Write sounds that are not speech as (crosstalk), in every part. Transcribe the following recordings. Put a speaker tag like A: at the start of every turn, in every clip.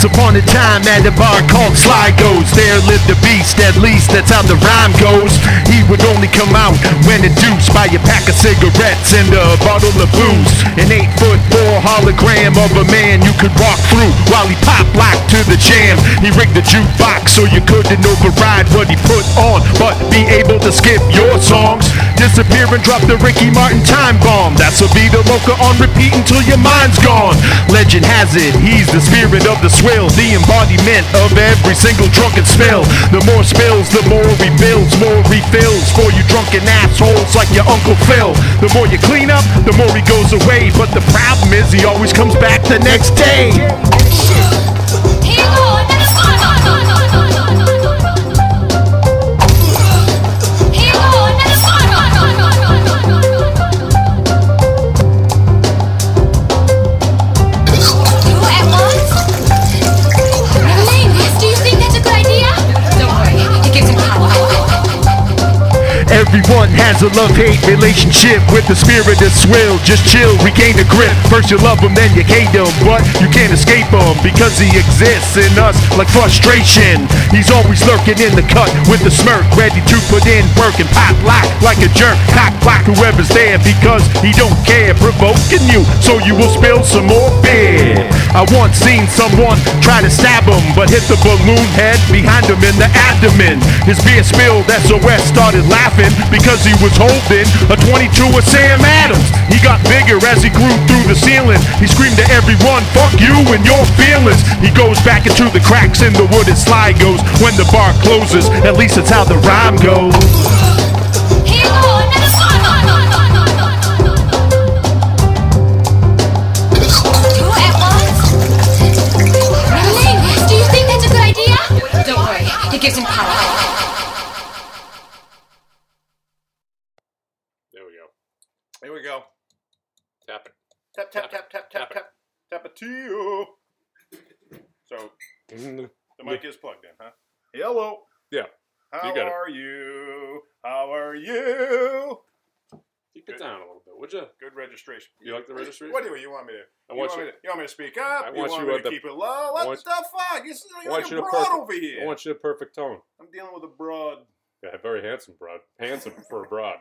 A: upon a time at a bar called Sligo's There lived a beast, at least that's how the rhyme goes He would only come out when induced by a pack of cigarettes and a bottle of booze An eight foot four hologram of a man you could walk through While he pop locked to the jam He rigged the jukebox so you couldn't override what he put on But be able to skip your songs Disappear and drop the Ricky Martin time bomb That's a Vita Loca on repeat until your mind's gone Legend has it, he's the spirit of the swill The embodiment of every single drunken spill The more spills, the more rebuilds, more refills For you drunken assholes like your Uncle Phil The more you clean up, the more he goes away But the problem is he always comes back the next day Everyone has a love-hate relationship with the spirit of swill. Just chill, regain the grip. First you love him, then you hate him, but you can't escape him because he exists in us like frustration. He's always lurking in the cut with a smirk, ready to put in work and pop lock like a jerk. Cock block whoever's there because he don't care, provoking you so you will spill some more beer. I once seen someone try to stab him, but hit the balloon head behind him in the abdomen. His beer spilled, SOS started laughing because he was holding a 22 of Sam Adams. He got bigger as he grew through the ceiling. He screamed to everyone, "Fuck you and your feelings." He goes back into the cracks in the wooded slide goes when the bar closes. At least that's how the rhyme goes.
B: It gives him power.
C: There we go.
D: Here we go.
C: Tap it.
D: Tap tap tap tap tap tap tap a two. So the mic is plugged in, huh? Hello.
C: Yeah.
D: How
C: You got it.
D: are you? How are you?
C: You get down a little bit, would you?
D: Good registration.
C: You like the registration?
D: What do you want me to?
C: I want
D: you,
C: you-
D: want me to you want me to speak up?
C: I
D: you
C: want
D: want
C: you
D: me
C: at
D: to
C: the-
D: keep it low? What
C: I want-
D: the fuck? You're,
C: I
D: you're
C: want you
D: a
C: to
D: broad
C: perfect.
D: over here.
C: I want you to perfect tone.
D: I'm dealing with a broad,
C: Yeah, very handsome broad. Handsome for a broad.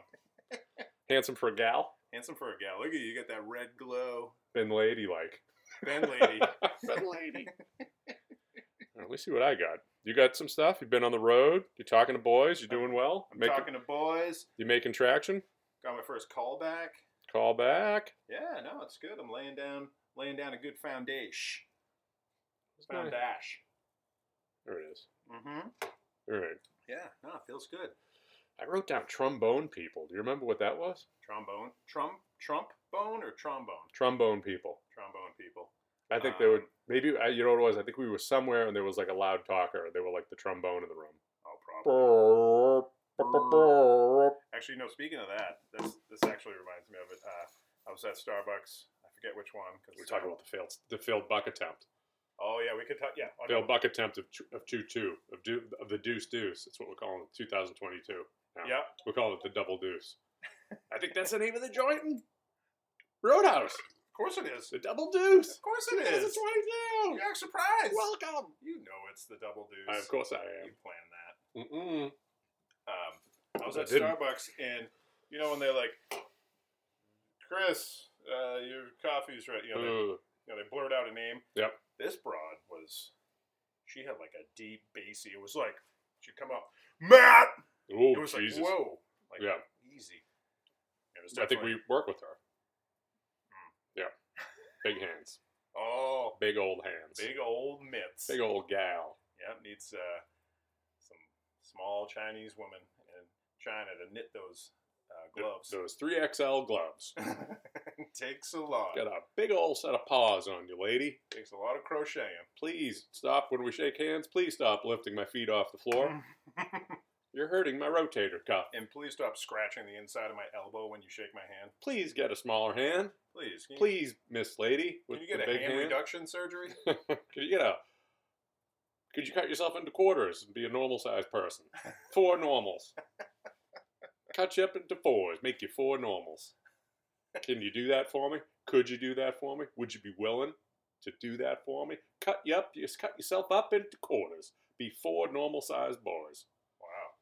D: (laughs)
C: handsome for a gal.
D: handsome for a gal. Look at you. You got that red glow.
C: Been ladylike.
D: Ben
C: (laughs)
D: lady.
C: Been lady. Let me see what I got. You got some stuff. You've been on the road. You're talking to boys. You're doing well.
D: I'm
C: Making,
D: talking to boys.
C: You're making traction.
D: Got my first call back.
C: Call back.
D: Yeah, no, it's good. I'm laying down, laying down a good foundation.
C: There it
D: Foundation.
C: is.
D: Mm-hmm.
C: All right.
D: Yeah, no, it feels good.
C: I wrote down trombone people. Do you remember what that was?
D: Trombone, Trump, Trump bone or trombone?
C: Trombone people.
D: Trombone people.
C: I think they would
D: Um,
C: maybe I, you know what it was. I think we were somewhere and there was like a loud talker. They were like the trombone in the
D: Oh, probably.
C: room.
D: Actually, no. Speaking of that, this this actually reminds me of it. Uh, I was at Starbucks. I forget which one. Cause
C: We're talking about the failed the failed buck attempt.
D: Oh yeah, we could talk. Yeah. oh, no.
C: Failed buck attempt of two- of two two of do, of the deuce deuce. That's what we're calling it. 2022. now.
D: Yeah.
C: We call it the double deuce. I think that's the name of the joint. in Roadhouse.
D: Of course it is.
C: The double deuce.
D: Of course it is.
C: 2022.
D: You act surprised.
C: Welcome.
D: you know it's the double
C: I,
D: deuce.
C: of course I
D: You planned that.
C: am. Mm-mm.
D: Um, I was
C: I
D: at
C: didn't.
D: Starbucks, and you know when they're like, "Chris, uh, your coffee's ready." You know, they,
C: Ugh.
D: you know, they blurred out a name.
C: Mm. Yep.
D: This broad was, she had like a deep bassy. It was like she'd come up, Matt.
C: Oh,
D: it was
C: Jesus.
D: like whoa, like
C: Yeah.
D: easy. It was
C: I think we
D: definitely- Hmm.
C: work with her. Yeah.
D: (laughs)
C: Big hands.
D: oh
C: Big old hands.
D: big old mitts.
C: Big old gal.
D: Yep, needs uh, some small Chinese woman in China to knit those uh, gloves. (laughs)
C: Those 3XL gloves.
D: Takes a lot.
C: Got a big old set of paws on you, lady.
D: Takes a lot of crocheting.
C: Please stop when we shake hands. Please stop lifting my feet off the
D: (laughs)
C: floor. You're hurting my rotator cuff.
D: and please stop scratching the inside of my elbow when you shake my hand.
C: Please get a smaller hand.
D: Please. Can you,
C: Please, Miss Lady, with
D: Can you get
C: the
D: a
C: big
D: hand,
C: hand.
D: reduction surgery?
C: (laughs) could you get a? Could you cut yourself into quarters and be a normal sized
D: (laughs)
C: person? Four normals. cut you up into fours. Make you four normals. Can you do that for me? Could you do that for me? Would you be willing? to do that for me. Cut you up, just cut yourself up into quarters. Be four normal sized boys.
D: Wow.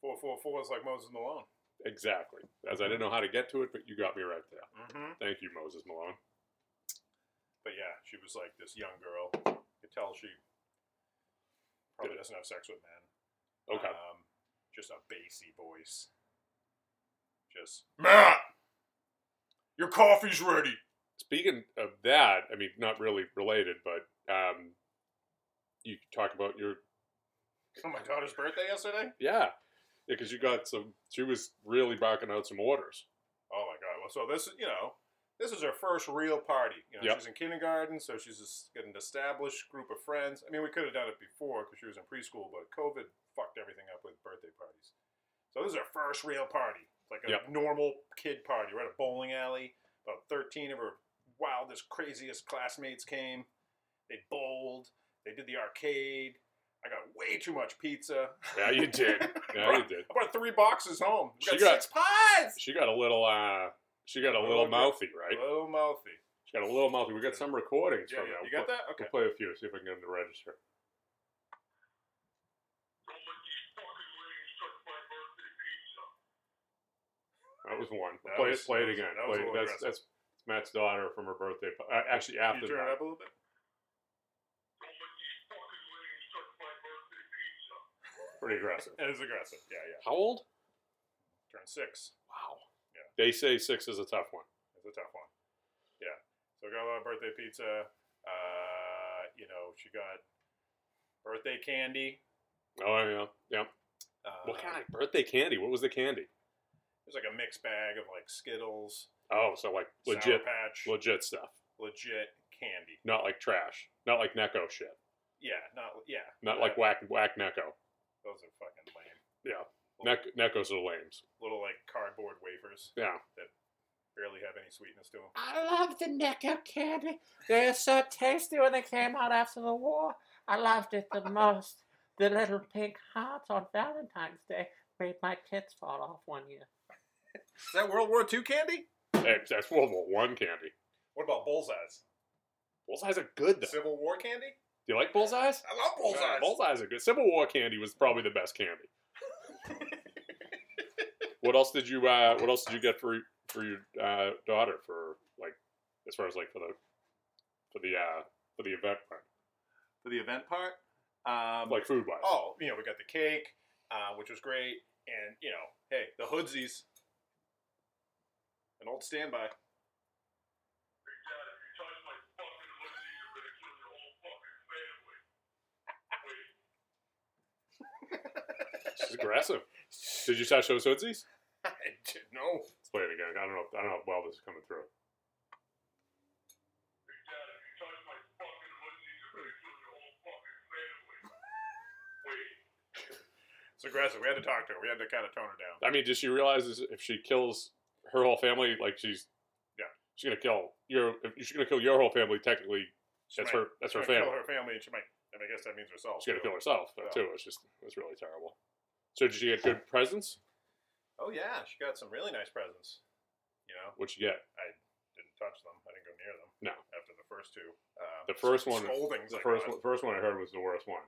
D: Four four four is like Moses Malone.
C: Exactly. As I didn't know how to get to it, but you got me right there.
D: Mm-hmm.
C: Thank you, Moses Malone.
D: But yeah, she was like this young girl. You could tell she probably doesn't have sex with men.
C: Okay.
D: Um, just a bassy voice. Just Matt, your coffee's ready.
C: Speaking of that, I mean, not really related, but um, you talk about your
D: On my daughter's birthday yesterday.
C: yeah, because you got some. She was really barking out some orders.
D: Oh my god! Well, so this is you know this is her first real party. You know,
C: Yep.
D: she's in kindergarten, so she's just got an established group of friends. I mean, we could have done it before because she was in preschool, but COVID fucked everything up with birthday parties. So this is her first real party, like a
C: Yep.
D: normal kid party. We're at a bowling alley. About thirteen of her wildest, craziest classmates came. They bowled. They did the arcade. I got way too much pizza.
C: Yeah, Oh, you did.
D: (laughs)
C: Yeah, you did.
D: I brought three boxes home. We
C: She
D: got,
C: got-
D: six pies.
C: She got a little. uh She got a little
D: Okay.
C: mouthy, right?
D: Little mouthy.
C: She got a little mouthy. We got some recordings
D: Yeah,
C: from
D: yeah.
C: that.
D: You got that? Okay.
C: We'll play a few. See if I can get them to register. That was one.
D: That
C: play
D: was-
C: it. Play
D: that
C: it
D: was-
C: again.
D: that was
C: play
D: a
C: it.
D: little
C: That's that's Matt's daughter from her birthday. pa- Uh, actually,
D: Can
C: after
D: you turn
C: that.
D: it up a little bit?
C: pretty aggressive.
D: It is aggressive. Yeah, yeah.
C: How old?
D: Turn six.
C: Wow.
D: Yeah.
C: They say six is a tough one.
D: It's a tough one. Yeah. So got a lot of birthday pizza. Uh, you know, she got birthday candy.
C: Oh yeah, yeah.
D: Uh,
C: What kind of birthday candy? What was the candy?
D: It was like a mixed bag of like Skittles,
C: Oh, so like
D: Sour
C: legit,
D: Patch,
C: legit stuff.
D: legit candy.
C: Not like trash. Not like Necco shit.
D: Yeah, not yeah.
C: Not like whack whack Necco.
D: those are fucking lame.
C: Yeah.
D: Little,
C: Nec- Neccos are lames.
D: little like cardboard wafers,
C: Yeah.
D: barely have any sweetness to them.
E: I love the Necco candy. They're so tasty when they came out after the war. I loved it the most. The little pink hearts on Valentine's Day made my tits fall off one year.
D: Is that World War II candy?
C: Hey, that's World War One candy.
D: What about bullseyes?
C: Bullseyes are good though.
D: Civil War candy?
C: Do you like bullseyes?
D: I love
C: Yeah,
D: bullseyes.
C: bullseyes are good. Civil War candy was probably the best
D: (laughs)
C: candy. what else did you uh, What else did you get for for your uh, daughter for like as far as like for the for the uh, for the event part?
D: For the event part, um,
C: like food wise?
D: oh, you know, we got the cake, uh, which was great, and you know, hey, the hoodsies, an old standby.
C: she's aggressive. Did you touch those hoodsies?
D: (laughs) I did no.
C: Let's play it again. I don't know. I don't know how well this is coming through.
D: It's aggressive. We had to talk to her. We had to kind of tone her down.
C: I mean, does she realize this- if she kills her whole family, like she's
D: Yeah.
C: she's gonna kill your if she's gonna kill your whole family. Technically,
D: She
C: that's
D: might-
C: her that's
D: she
C: her
D: might
C: family.
D: Kill her family, and she might. I, mean, I guess that means herself.
C: She's gonna
D: too.
C: kill herself
D: Yeah.
C: too. It's just it's really terrible. So did she get good presents?
D: Oh yeah, she got some really nice presents. You know,
C: What'd you get?
D: didn't touch them. I didn't go near them.
C: No.
D: After the first two. Um,
C: The first one-
D: Scoldings.
C: The
D: I
C: first
D: got.
C: one, first one I heard was the worst one.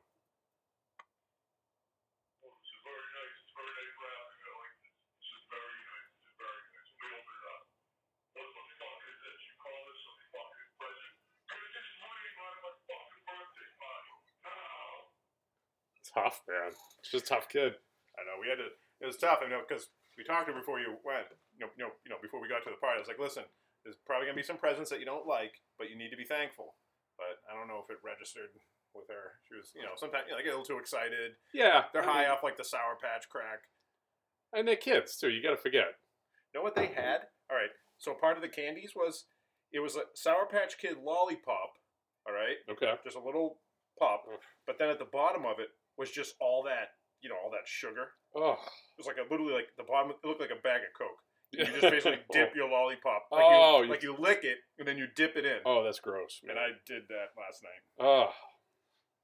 C: Tough man. She's a tough kid.
D: I know we had to. It was tough, I know, because we talked to her before you went. You know, you know, you know, before we got to the party, I was like, "Listen, there's probably gonna be some presents that you don't like, but you need to be thankful." But I don't know if it registered with her. She was, you know, sometimes you know, they get a little too excited.
C: Yeah,
D: They're
C: I mean,
D: high off like the sour patch crack.
C: and they're kids too. You gotta forget.
D: You know what they had? All right. So part of the candies was it was a sour patch kid lollipop. All right,
C: Okay.
D: just a little pop, but then at the bottom of it was just all that you know all that sugar.
C: Oh,
D: It was like a literally like the bottom. It looked like a bag of coke. You
C: (laughs)
D: just basically dip your lollipop. Like
C: Oh,
D: you,
C: you-
D: like you lick it and then you dip it in.
C: Oh, that's gross. Man.
D: And I did that last night.
C: oh,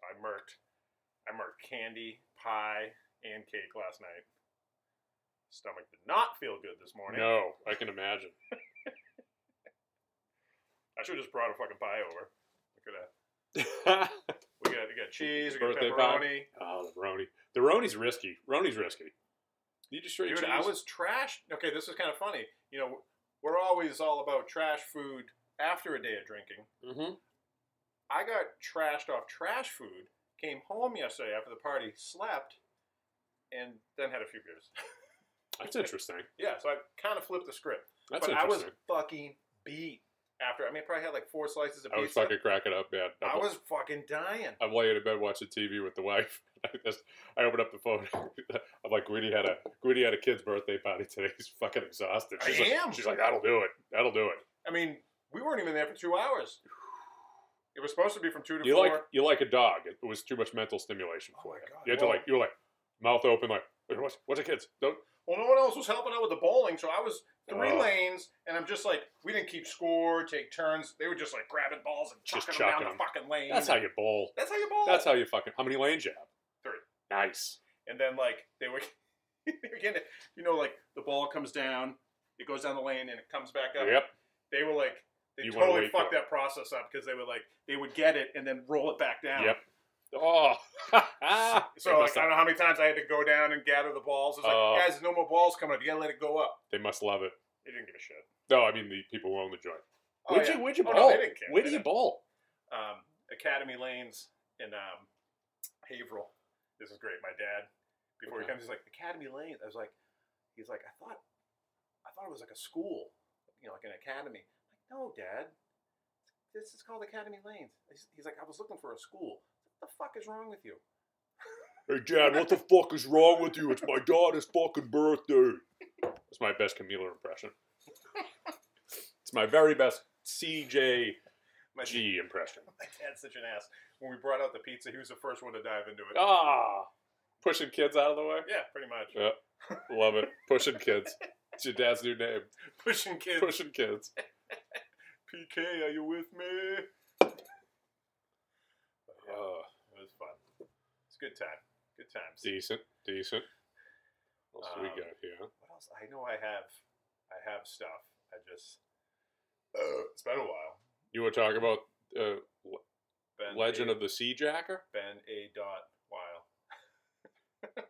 D: I murked, I murked candy, pie, and cake last night. Stomach did not feel good this morning.
C: no, I can imagine. (laughs)
D: I should have just brought a fucking pie over. I could We got we got cheese. We got
C: Birthday pie.
D: pepperoni.
C: oh, the Roni. The Roni's risky. Roni's risky. You just straight
D: Dude,
C: cheese.
D: I was trash. Okay, this is kind of funny. You know, we're always all about trash food after a day of drinking.
C: Mhm.
D: I got trashed off trash food. Came home yesterday after the party, slept, and then had a few beers.
C: That's interesting.
D: yeah, so I kind of flipped the script.
C: That's
D: but I was
C: interesting.
D: fucking beat after. I mean, I probably had like four slices of
C: I was,
D: pizza.
C: fucking cracking up, man.
D: I was fucking dying.
C: I'm laying in bed watching TV with the wife. (laughs) I just I open up the phone. (laughs) I'm like, Gwitty had a Gwitty had a kid's birthday party today. He's fucking exhausted.
D: I
C: She's like,
D: am.
C: She's like, that'll do it. That'll do it.
D: I mean, we weren't even there for two hours. It was supposed to be from two to
C: You
D: four.
C: like you like a dog. It was too much mental stimulation
D: Oh
C: for
D: my
C: you.
D: God.
C: You had to
D: Well-
C: like you were like mouth open like what's what's the kids? Don't
D: Well, no one else was helping out with the bowling, so I was three
C: Oh.
D: lanes, and I'm just like, we didn't keep score, take turns. They were just like grabbing balls and
C: Just
D: chucking them down
C: chucking
D: the fucking lane.
C: that's how you bowl.
D: That's how you bowl.
C: That's how you fucking how many lanes you have?
D: Three.
C: Nice.
D: And then like they were, (laughs) they were getting, you know, like the ball comes down, it goes down the lane, and it comes back up.
C: Yep.
D: They were like, they
C: You wanna
D: totally
C: wait for
D: fucked
C: it.
D: that process up because they were like, they would get it and then roll it back down.
C: Yep. Oh.
D: (laughs)
C: (laughs) Ah.
D: So like, I don't know how many times I had to go down and gather the balls. It's like,
C: Oh.
D: guys, there's no more balls coming up. You gotta let it go up.
C: they must love it.
D: They didn't give a shit.
C: No, I mean the people who own the joint.
D: Oh,
C: where'd
D: yeah.
C: you where'd you
D: Oh,
C: bowl?
D: no, they didn't care.
C: Where
D: They
C: do you
D: didn't-
C: bowl?
D: um, Academy Lanes in um, Haverhill. This is great. My dad, before
C: Okay.
D: he comes, he's like Academy Lanes. I was like, he's like, I thought, I thought it was like a school, you know, like an academy. I'm like, no, Dad, this is called Academy Lanes. He's, he's like, I was looking for a school. What the fuck is wrong with you?
C: Hey Dad, what the fuck is wrong with you? It's my daughter's fucking birthday. That's my best Camila impression. It's my very best CJG
D: My,
C: impression.
D: my (laughs) dad's such an ass. When we brought out the pizza, he was the first one to dive into it.
C: Ah, pushing kids out of the way.
D: Yeah, pretty much.
C: Yeah, love it. Pushing kids. It's your dad's new name.
D: (laughs) Pushing
C: (laughs)
D: kids.
C: Pushing kids.
D: PK, are you with me?
C: Oh,
D: It was fun. It's a good time. Good times.
C: decent, decent. What else do we
D: Um,
C: got here?
D: what else? I know I have, I have stuff. I just, uh, it's been a while.
C: You were talking about uh, Le-
D: Been
C: Legend
D: a,
C: of the Sea Jacker.
D: Ben A. Dot While.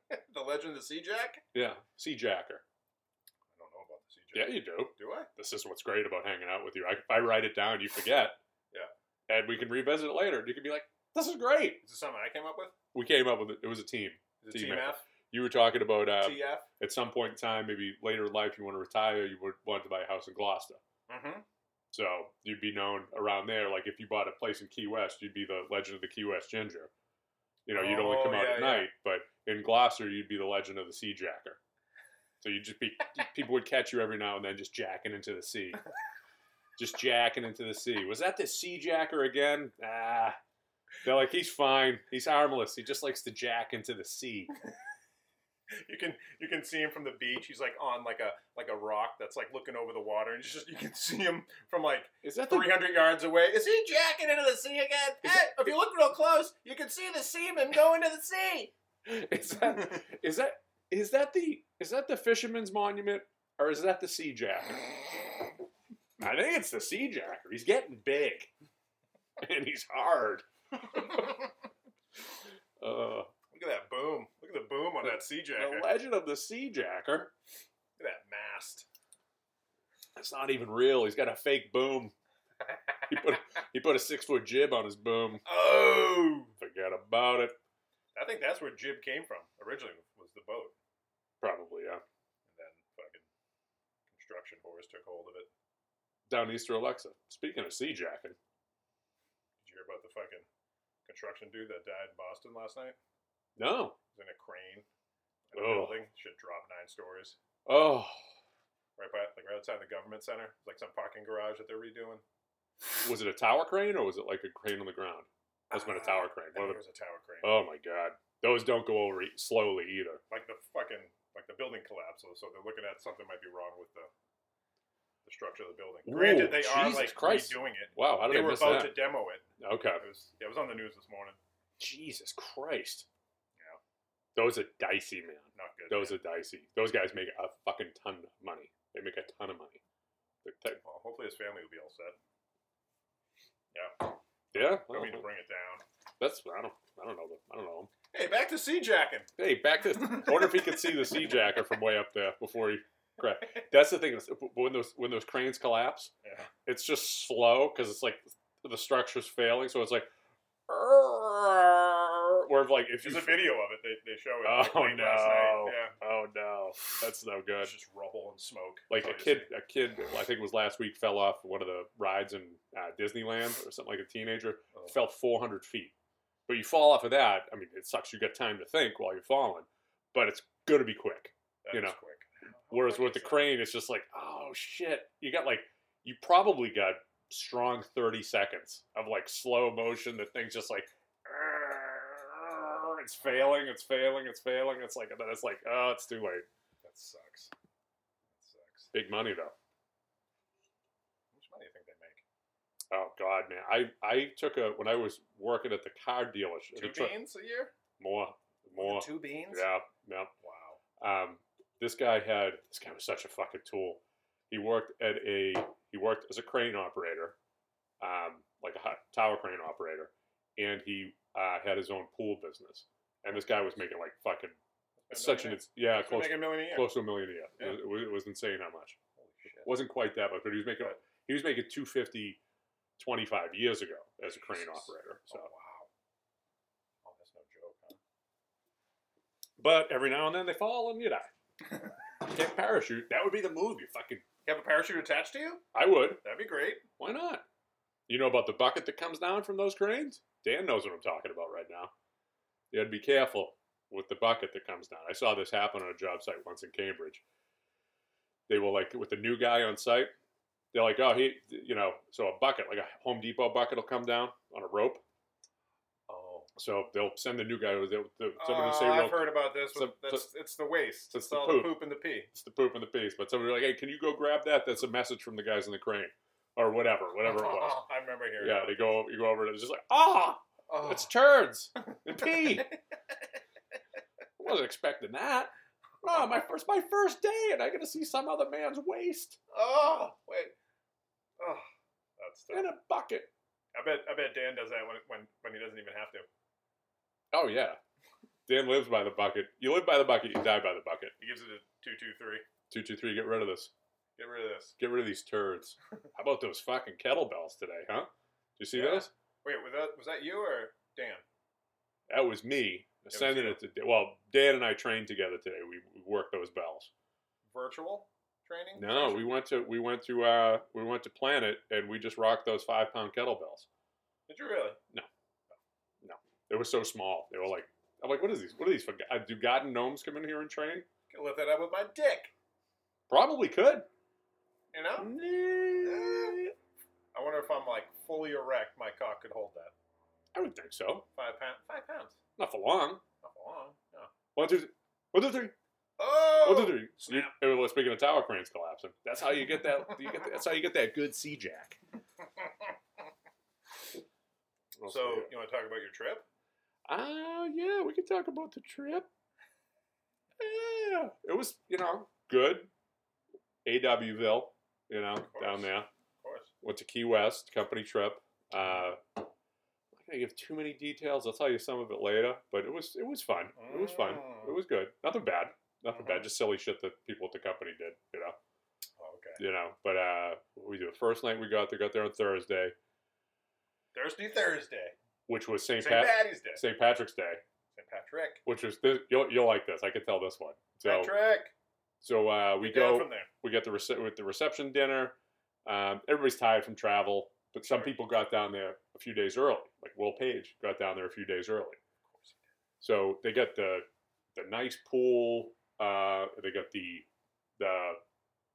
D: (laughs) the Legend of the Sea Jack.
C: Yeah, Sea Jacker.
D: I don't know about the Sea
C: Yeah,
D: Jack.
C: you do.
D: Do I?
C: this is what's great about hanging out with you. I, if I write it down, you forget. yeah. And we can revisit it later. And you can be like, this is great.
D: Is this something I came up with?
C: We came up with it. It was a team.
D: Is it
C: Team
D: Team F?
C: You were talking about uh,
D: TF?
C: at some point in time, maybe later in life, you want to retire, you would want to buy a house in Gloucester.
D: Mm-hmm.
C: So you'd be known around there. Like if you bought a place in Key West, you'd be the legend of the Key West Ginger. You know, you'd only
D: Oh,
C: come out
D: yeah,
C: at
D: yeah.
C: night, but in Gloucester, you'd be the legend of the Sea Jacker. So you'd just be, people would catch you every now and then just jacking into the sea. Just jacking into the sea. Was that the Sea Jacker again? Ah. They're like, he's fine. He's harmless. He just likes to jack into the sea.
D: You can you can see him from the beach. He's like on like a like a rock that's like looking over the water, and you just you can (laughs) see him from like
C: Is that the.
D: 300 yards away. Is he jacking into the sea again?
C: Is
D: Eh, if you look real close, you can see the seaman go into the sea.
C: (laughs) Is that, is that is that the is that the fisherman's monument or is that the sea jacker? I think it's the sea jacker. He's getting big, (laughs) and he's
D: (laughs)
C: hard. Uh,
D: Look at that boom. Look at the boom on that sea jacket.
C: the
D: Look at
C: legend of the sea jacker.
D: that mast.
C: It's not even real. He's got a fake boom. He put he put a six foot jib on his boom.
D: (laughs) Oh!
C: Forget about it.
D: I think that's where Jib came from originally, was the boat.
C: Probably yeah.
D: And then fucking construction whores took hold of it.
C: Down Easter Alexa. Speaking of sea jacking,
D: Did you hear about the fucking construction dude that died in Boston last night?
C: no.
D: He was in a crane in a
C: Oh.
D: building. Shit dropped nine stories.
C: Oh,
D: Right by, like right outside the government center. It's like some parking garage that they're redoing.
C: was it a tower crane or was it like a crane on the ground? Must have been a tower crane.
D: I
C: One of
D: think
C: the
D: it Ah, was a tower crane.
C: Oh my god. Those don't go over e- slowly either.
D: Like the fucking like the building collapsed, so- so they're looking at something might be wrong with the the structure of the building.
C: Ooh,
D: Granted, they are
C: Jesus
D: like
C: Christ.
D: redoing it.
C: Wow, how did I
D: They were
C: miss
D: about
C: that?
D: to demo it.
C: Okay.
D: It was yeah, it was on the news this morning.
C: Jesus Christ. Those are dicey, man.
D: Not good.
C: Those
D: man.
C: are dicey. Those guys make a fucking ton of money. They make a ton of money. They're tech-
D: well, hopefully his family will be all set. Yeah,
C: yeah.
D: don't
C: well,
D: mean to bring it down.
C: That's I don't I don't know them. I don't know him.
D: Hey, back to sea jacking.
C: Hey, back to I wonder if he could see the sea jacker from way up there before he crashed. That's the thing. is, When those when those cranes collapse,
D: Yeah.
C: it's just slow because it's like the structure's failing, so it's like. Where like if you
D: There's a video of it. They, they show it. like,
C: Oh
D: late Last night.
C: no!
D: Yeah.
C: Oh no! That's no good.
D: It's just rubble and smoke.
C: Like a
D: That's all
C: kid,
D: you
C: a kid. I think it was last week. Fell off one of the rides in uh, Disneyland or something like a teenager.
D: Oh.
C: Fell 400 feet. But you fall off of that. I mean, it sucks. You got time to think while you're falling, but it's gonna be quick.
D: see. That
C: you
D: was
C: know.
D: quick.
C: Whereas with the crane, it's just like, oh shit! You got like, you probably got strong 30 seconds of like slow motion. The thing's just like. It's failing. It's failing. It's failing. It's like, and then it's like, oh, it's too late.
D: That sucks. That sucks.
C: Big money though.
D: How much money do you think they make?
C: Oh God, man! I I took a when I was working at the car dealership. the
D: Two
C: truck-
D: beans a year?
C: More, more.
D: Two beans?
C: Yeah, yeah.
D: Wow.
C: Um, this guy had this guy was such a fucking tool. He worked at a he worked as a crane operator, um, like a hot- tower crane operator, and he uh, had his own pool business. And this guy was making like fucking such an ins- yeah
D: Close,
C: close
D: making a million a year.
C: close to a million a year.
D: Yeah.
C: It, was, it was insane how much.
D: Holy shit.
C: wasn't quite that much, but he was making he was making 250 25 years ago as a crane
D: Jesus.
C: operator. So,
D: Oh, wow. Oh, that's no joke, huh?
C: but every now and then they fall and you die.
D: (laughs)
C: You Can't parachute. That would be the move. You fucking.
D: You have a parachute attached to you?
C: I would.
D: That'd be great.
C: Why not? You know about the bucket that comes down from those cranes? Dan knows what I'm talking about right now. You had to be careful with the bucket that comes down. I saw this happen on a job site once in Cambridge. They were like with the new guy on site. They're like, oh, he, you know, so a bucket, like a Home Depot bucket, will come down on a rope.
D: Oh.
C: So they'll send the new guy. With it, the, somebody will
D: Oh,
C: say,
D: I've
C: "Well,
D: heard about this.
C: some-
D: that's, it's the waste.
C: it's
D: It's,
C: the
D: all the
C: poop.
D: poop and the pee.
C: it's the poop and the piece." But somebody will be like, "Hey, can you go grab that? That's a message from the guys in the crane, or whatever, whatever it was."
D: (laughs) I remember hearing
C: yeah,
D: about
C: they
D: it. (laughs)
C: go, you go over and it's just like, "Ah,
D: Oh.
C: it's
D: (laughs)
C: turds and pee." I wasn't expecting that. No,
D: Uh-huh.
C: my first my first day, and I got to see some other man's waste
D: Oh, wait. Oh, that's
C: in
D: tough.
C: a bucket.
D: I bet I bet Dan does that when when, when he doesn't even have to.
C: Oh yeah, Dan lives by the bucket. You live by the bucket, you die by the bucket.
D: He gives it a two two three.
C: Two, two, three. Get rid of this.
D: Get rid of this.
C: Get rid of these turds. How about those fucking kettlebells today, huh? Did you see
D: Yeah.
C: those?
D: Wait, was that was that you or Dan?
C: That was me
D: was
C: sending
D: you.
C: it to. Well, Dan and I trained together today. We we worked those bells.
D: Virtual training?
C: No, we went to we went to uh we went to Planet and we just rocked those five pound kettlebells.
D: Did you really?
C: They were so small. They were like I'm like what is these? What are these for? uh, Do God and gnomes come in here and train?
D: Could lift that up with my dick.
C: Probably could.
D: You know?
C: Mm. Nah,
D: I wonder if I'm like fully erect, my cock could hold that.
C: I would think so.
D: Five pound five pounds.
C: Not for long.
D: Not for long. No.
C: One two th- one two three.
D: Oh
C: One two three. You,
D: snap.
C: well, speaking of tower cranes collapsing, that's how you get that. You get, that's how you get that good sea jack.
D: So you wanna talk about your trip?
C: Ah, yeah, we can talk about the trip. Yeah, it was, you know, good. AWville, you know, down there.
D: Of course.
C: Went to Key West, company trip. Uh, I'm not gonna give too many details. I'll tell you some of it later. But it was, it was fun. It was fun.
D: Mm.
C: It was good. Nothing bad. Nothing bad. Just silly shit that people at the company did, you know
D: Oh, okay.
C: you know. But uh, we do the first night we got there. Got there on Thursday,
D: Thirsty Thursday.
C: which was St.
D: St.
C: Pat-
D: Patty's Day. St.
C: St. Patrick's Day,
D: Patrick.
C: which was this, you'll you'll like this. I can tell this one. So
D: Patrick.
C: so uh, we
D: Get down
C: go.
D: from there.
C: We get the rece- with the reception dinner. Um, everybody's tired from travel, but some
D: Sure.
C: people got down there a few days early. Like Will Page got down there a few days early. So they got the the nice pool. Uh, they got the the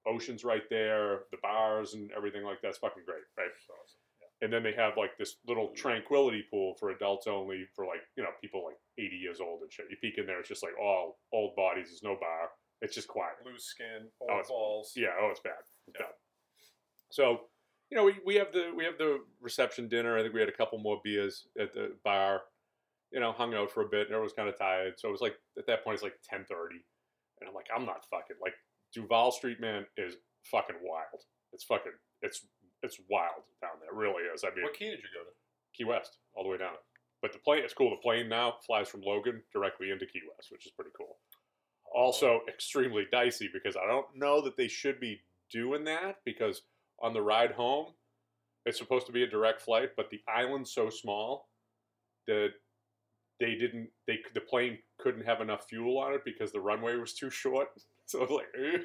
C: oceans right there, the bars and everything like that's fucking great, right?
D: That's awesome.
C: and then they have like this little tranquility pool for adults only for like you know people like 80 years old and shit you peek in there it's just like all old bodies there's no bar it's just quiet
D: Loose skin,
C: Oh,
D: old
C: it's-
D: balls.
C: yeah oh it's bad it's bad so you know we, we have the we have the reception dinner i think we had a couple more beers at the bar you know hung out for a bit and everyone's kind of tired so it was like at that point it's like 10.30 and i'm like i'm not fucking like duval street man is fucking wild it's fucking it's it's wild down there it really is i mean
D: What key did you go to?
C: Key West, all the way down. But the plane, it's cool. The plane now flies from Logan directly into Key West, which is pretty cool. Also, extremely dicey because I don't know that they should be doing that because on the ride home, it's supposed to be a direct flight, but the island's so small that they didn't they the plane couldn't have enough fuel on it because the runway was too short. (laughs) So it was like, eh.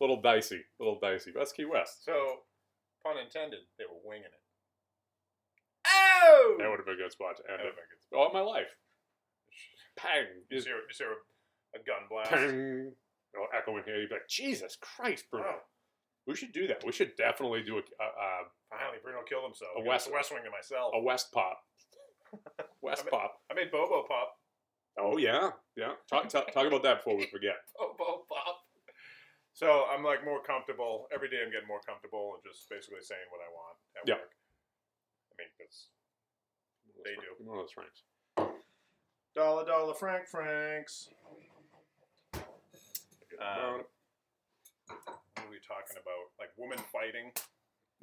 C: little dicey, little dicey. That's Key West.
D: So, pun intended, they were winging it. Oh!
C: That would have been a good spot to end it. All my life. Pang.
D: Is
C: Is
D: there, is there a, a gun blast?
C: pang. It'll echo in here. You'd be like, Jesus Christ, Bruno.
D: Wow.
C: We should do that. We should definitely do a, a,
D: Finally, Bruno killed himself.
C: A
D: A
C: West-
D: West, West Wing to myself.
C: a, a West
D: (laughs)
C: Pop. West
D: I'm-
C: Pop.
D: I made Bobo Pop.
C: Oh, yeah. Yeah. Talk, talk, talk about that before we forget.
D: Bobo Pop. So I'm like more comfortable every day. I'm getting more comfortable and just basically saying what I want at
C: Yeah.
D: work. I mean, that's (laughs) They do.
C: One of those frames.
D: dollar dollar Frank Franks.
C: Uh,
D: Um, What are we talking about? Like women fighting.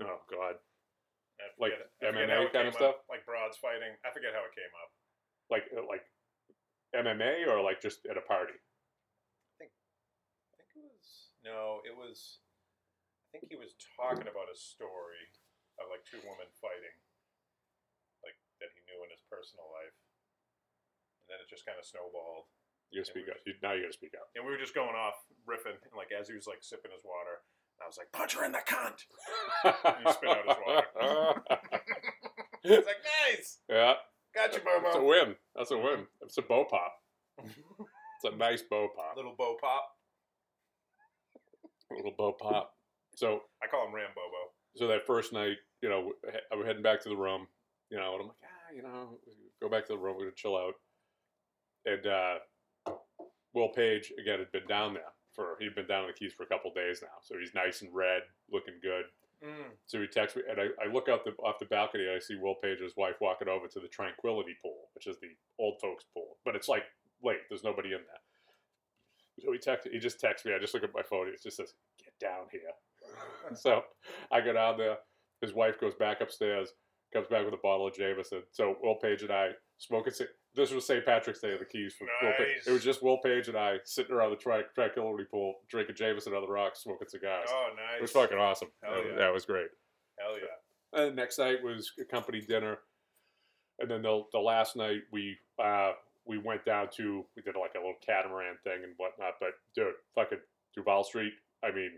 C: oh, God.
D: I
C: Like
D: forget- I forget
C: MMA
D: how it
C: kind of
D: came
C: stuff?
D: up. Like broads fighting. I forget how it came up.
C: Like, uh, like MMA or like just at a party?
D: I think it was no, it was. I think he was talking about a story of like two women fighting, like that he knew in his personal life, and then it just kind of snowballed.
C: You gotta speak up. You, now you gotta speak up.
D: And we were just going off riffing, and like as he was like sipping his water, and I was like, "Punch her in the
C: (laughs)
D: cunt!" You spit out his It's like, "Nice,
C: yeah.
D: got you,
C: That's a
D: Bobo."
C: win. That's a win. It's a bow pop. It's a nice bow pop.
D: Little Bo Pop.
C: A little bow pop. So,
D: I call him Rambobo.
C: so that first night, you know, I was heading back to the room, you know, and I'm like, ah, you know, go back to the room. We're gonna chill out. And uh, Will Page again had been down there for he'd been down in the Keys for a couple days now, so he's nice and red, looking good.
D: Mm.
C: So he texts me, and I, I look out the off the balcony, and I see Will Page and his wife walking over to the Tranquility Pool, which is the old folks' pool, but it's like late. There's nobody in there. So he texts, he just texts me. I just look at my phone. It just says, "Get down here." (laughs) so I go down there. His wife goes back upstairs, comes back with a bottle of Jameson. So Will Page and I smoking. ci- This was St. Patrick's Day of the Keys. For Will Page.
D: Nice.
C: It was just Will Page and I sitting around the tri- Tranquility Pool, drinking Jameson on the rocks, smoking cigars.
D: Oh, nice.
C: It was fucking awesome.
D: Hell
C: That was-
D: yeah.
C: that was great.
D: Hell yeah.
C: And the next night was a company dinner, and then the the last night we uh, we went down to we did like a little catamaran thing and whatnot. But dude, fucking Duval Street. I mean,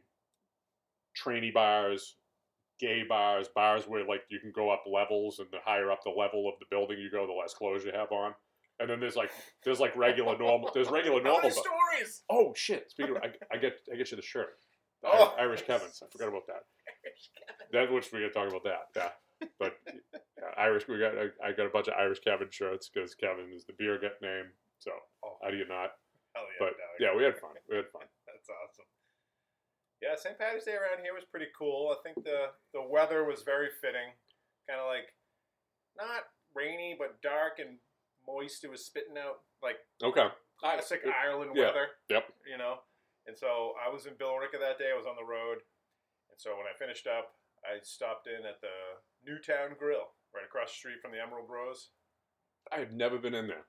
C: trainee bars, gay bars, bars where like you can go up levels, and the higher up the level of the building you go, the less clothes you have on. And then there's like there's like regular normal there's regular
D: How
C: normal.
D: many
C: bar-
D: stories?
C: Oh shit! Speaking of, I, I get I get you the shirt. The
D: Oh.
C: Ir- Irish Kevin's. I forgot about that. That which we're gonna talk about that. Yeah, but yeah, Irish. We got I, I got a bunch of Irish Kevin shirts because Kevin is the beer gut name. So
D: Oh,
C: how do you not?
D: hell yeah.
C: But
D: Doug.
C: yeah, we had fun. We had fun.
D: (laughs) That's awesome. Yeah, St. Patrick's Day around here was pretty cool. I think the the weather was very fitting. Kind of like not rainy, but dark and moist. It was spitting out like
C: Okay.
D: classic
C: I-
D: Ireland
C: yeah,
D: weather.
C: yep.
D: You know, and so I was in Billerica that day. I was on the road, and so when I finished up, I stopped in at the Newtown Grill right across the street from the Emerald Rose.
C: I have never been in there.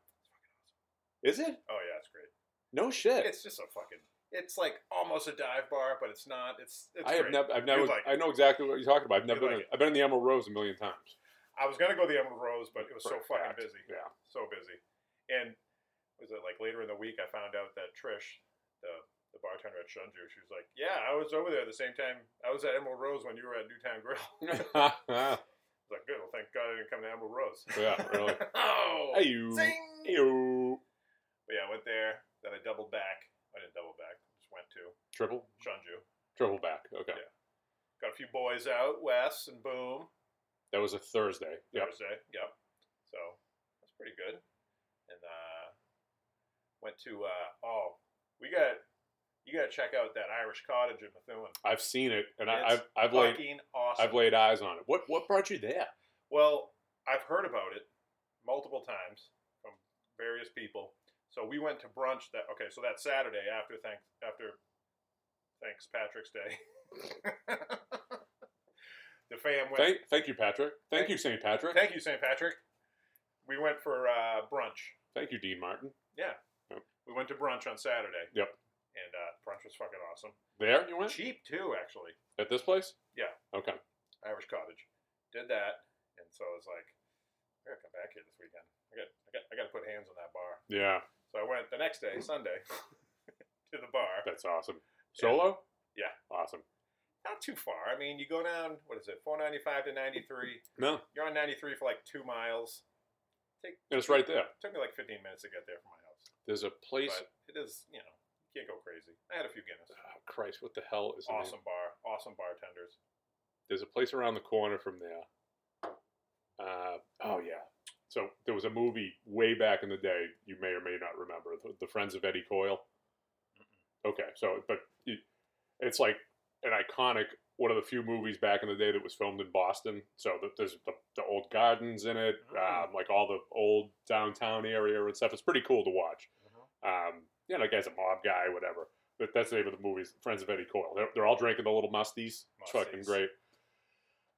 C: Is it?
D: Oh yeah, it's great.
C: No shit.
D: It's just a fucking. It's like almost a dive bar, but it's not. It's. it's
C: I have
D: great.
C: never. I've never.
D: You'd like
C: I know exactly what you're talking about. I've never been.
D: You'd like
C: in, I've been in the Emerald Rose a million times.
D: I was gonna go the Emerald Rose, but it was so
C: For a
D: fucking
C: fact.
D: busy,
C: Yeah.
D: so busy. And was it like later in the week? I found out that Trish, the the bartender at Shunju, she was like, "Yeah, I was over there the same time. I was at Emerald Rose when you were at Newtown Grill." (laughs) I
C: yeah. (laughs)
D: was like, "Good. Well, thank God I didn't come to Emerald Rose." (laughs)
C: Really.
D: oh,
C: Hey you.
D: zing!
C: Hey you.
D: But yeah, I went there. Then I doubled back. I didn't double back. Just went to
C: Triple.
D: Shunju.
C: Triple back. Okay.
D: Yeah. Got a few boys out, Wes and Boom.
C: That was a Thursday. Yeah.
D: Thursday. Yep. So that's pretty good. And uh, went to uh, oh, we got you got to check out that Irish cottage in Methuen.
C: I've seen it, and I, I've
D: It's
C: I've laid
D: Fucking awesome.
C: I've laid eyes on it. What what brought you there?
D: well, I've heard about it multiple times from various people. So we went to brunch that okay, so that Saturday after thanks after thanks Patrick's Day. (laughs) the fam went
C: Thank, thank you, Patrick. Thank
D: Thank-
C: you, St. Patrick.
D: Thank you, St. Patrick. we went for uh, brunch.
C: Thank you, Dean Martin.
D: We went to brunch on Saturday.
C: Yep.
D: And uh, brunch was fucking awesome.
C: There you went
D: Cheap too, actually.
C: at this place.
D: Yeah.
C: Okay.
D: Irish Cottage. Did that, and so I was like, I gotta come back here this weekend. I got, I got, I got to put hands on that bar.
C: Yeah,
D: So I went the next day, Sunday, (laughs) to the bar.
C: that's awesome. Solo.
D: Yeah.
C: Awesome.
D: Not too far. I mean, you go down. What is it? Four ninety five to ninety three.
C: No,
D: You're on ninety three for like two miles.
C: and it's right there.
D: took me like fifteen minutes to get there from my house.
C: There's a place.
D: But it is, you know, you can't go crazy. I had a few Guinness.
C: oh, Christ, what the hell is the name?
D: Awesome bar, awesome bartenders.
C: There's a place around the corner from there. Uh, oh yeah. So there was a movie way back in the day. You may or may not remember the, the Friends of Eddie Coyle. Okay, so but it, it's like an iconic one of the few movies back in the day that was filmed in Boston. So the, there's the, the old gardens in it,
D: Mm.
C: um, like all the old downtown area and stuff. It's pretty cool to watch.
D: Mhm.
C: Um, you know, the guy's a mob guy, whatever. But that's the name of the movie, is Friends of Eddie Coyle. They're, they're all drinking the little musties. It's fucking
D: Musties.
C: great.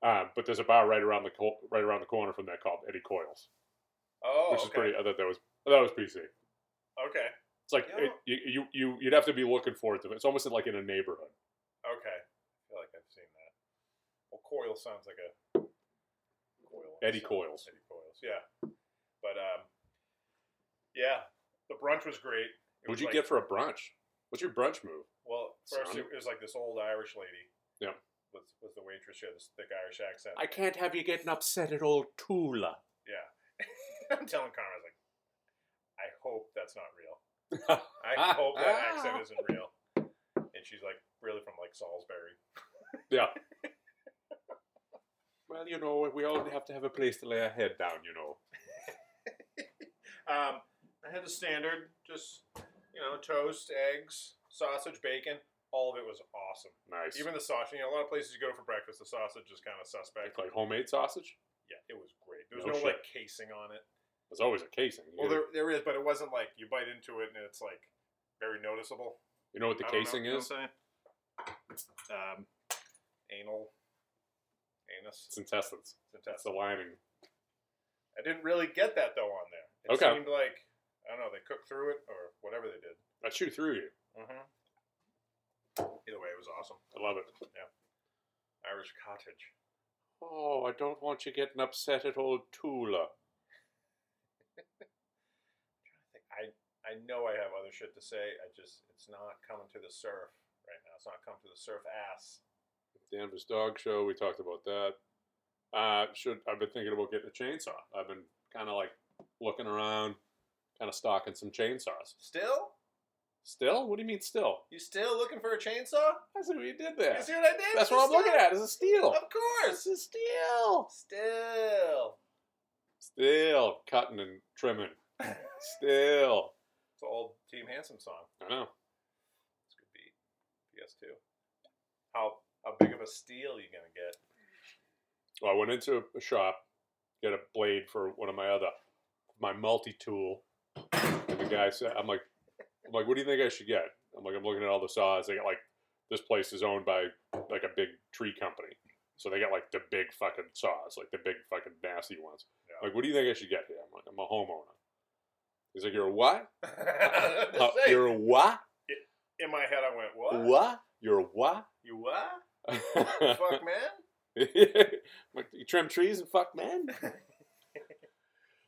C: Um, but there's a bar right around the co- right around the corner from that called Eddie Coyle's,
D: Oh,
C: which
D: okay.
C: is pretty. I thought that was that was pretty sick.
D: okay,
C: It's like
D: Yeah.
C: it, you, you you you'd have to be looking forward to it. It's almost like in a neighborhood.
D: okay. I feel like I've seen that. Well, Coil sounds like a Coil.
C: Eddie Coyle's.
D: Eddie Coils, yeah. But um, yeah, the brunch was great. It
C: What'd
D: was
C: you
D: like-
C: get for a brunch? What's your brunch move?
D: Well, first
C: Son?
D: it was like this old Irish lady.
C: Yeah.
D: Was was the waitress? She had this thick Irish accent.
C: can't have you getting upset at old Tula.
D: yeah. (laughs) I'm telling Connor, I was like, I hope that's not (laughs) real. I
C: Ah,
D: hope that (laughs)
C: ah.
D: accent isn't real. And she's like, really from like Salisbury.
C: Yeah. well, you know, we all have to have a place to lay our head down. You know.
D: Um, I had the standard, just you know, toast, eggs, sausage, bacon. All of it was awesome.
C: Nice.
D: Even the sausage. You know, a lot of places you go for breakfast, the sausage is kind of suspect.
C: like, like homemade sausage.
D: yeah, it was great. There was
C: No
D: no,
C: shit.
D: like casing on it.
C: There's always a casing. You,
D: Well, there there is, but it wasn't like you bite into it and it's like very noticeable.
C: you know what the
D: I don't know,
C: casing
D: you know
C: is?
D: what I'm saying? Um, anal, anus,
C: It's intestines. That's the
D: intestine.
C: lining.
D: I didn't really get that though on there. It
C: Okay.
D: seemed like I don't know they cooked through it or whatever they did.
C: I chew through you.
D: Mm-hmm. Either way, it was awesome.
C: I love it.
D: Irish cottage.
C: Oh, I don't want you getting upset at old Tula.
D: I I know I have other shit to say. I just it's not coming to the surf right now. It's not coming to the surf ass.
C: Danvers Dog Show, we talked about that. Uh, should I've been thinking about getting a chainsaw. I've been kind of like looking around, kind of stocking some chainsaws.
D: Still,
C: Still? What do you mean still?
D: you still looking for a chainsaw?
C: I see what you did there.
D: You see what I did?
C: That's what I'm
D: Still-
C: looking at. It's a steal.
D: Of course,
C: a steal.
D: still.
C: Still cutting and trimming. Still.
D: It's an old Team Handsome song.
C: I know.
D: This could be PS2. How how big of a steal you gonna get? (laughs)
C: Well, I went into a shop, get a blade for one of my other, my multi tool. And the guy said, "I'm like, I'm like, what do you think I should get?" I'm like, I'm looking at all the saws. They got like, this place is owned by like a big tree company, so they got like the big fucking saws, like the big fucking nasty ones.
D: Yeah.
C: Like, what do you think I should get here? I'm like, I'm a homeowner. He's like, you're a
D: (laughs)
C: what? Uh,
D: Just saying.
C: you're a what?
D: In my head, I went, "What?
C: What? You're a what?
D: You what?
C: (laughs) I'm
D: Fuck, man."
C: like, you trim trees and fuck men.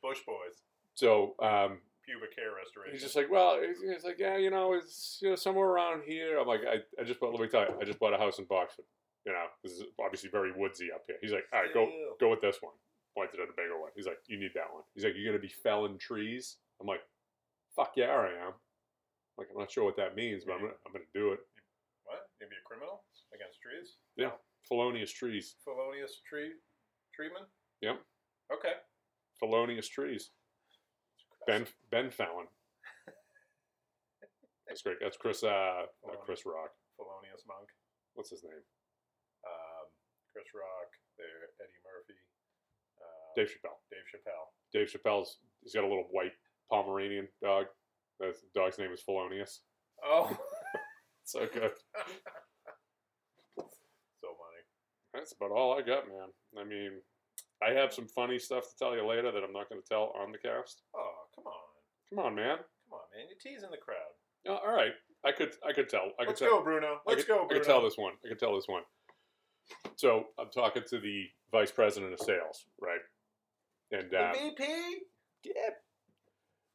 D: Bush Boys,
C: So, um,
D: pubic hair restoration.
C: He's just like, well, it's, it's like, yeah, you know, it's you know somewhere around here. I'm like, I, I just bought. Let me tell you, I just bought a house in Boxford. You know, this is obviously very woodsy up here. He's like, all right, go
D: Ew.
C: go with this one. Pointed at a bigger one. He's like, you need that one. He's like, you're gonna be felling trees. I'm like, fuck yeah, I am. Like, I'm not sure what that means, but I'm gonna, I'm gonna do it.
D: what? You gonna be a criminal against trees?
C: Felonious trees.
D: Felonious tree treatment?
C: Yep.
D: Okay.
C: Felonious trees. Ben Ben Fallon. That's great. That's Chris. Uh, not Chris Rock.
D: Felonious monk.
C: What's his name?
D: Um, Chris Rock. There. Eddie Murphy. Uh,
C: Dave Chappelle.
D: Dave Chappelle.
C: Dave Chappelle's he's got a little white Pomeranian dog. That's, the dog's name is Felonious.
D: Oh, (laughs)
C: So good.
D: so funny.
C: That's about all I got, man. I mean, I have some funny stuff to tell you later that I'm not going to tell on the cast.
D: Oh, come on,
C: Come on, man.
D: come on, man! You're teasing the crowd.
C: Uh, all right, I could I could tell. I could
D: Let's
C: tell.
D: go, Bruno.
C: I
D: Let's
C: could-
D: go, Bruno.
C: I could tell this one. I could tell this one. So I'm talking to the vice president of sales, right? And
D: The
C: uh,
D: VP.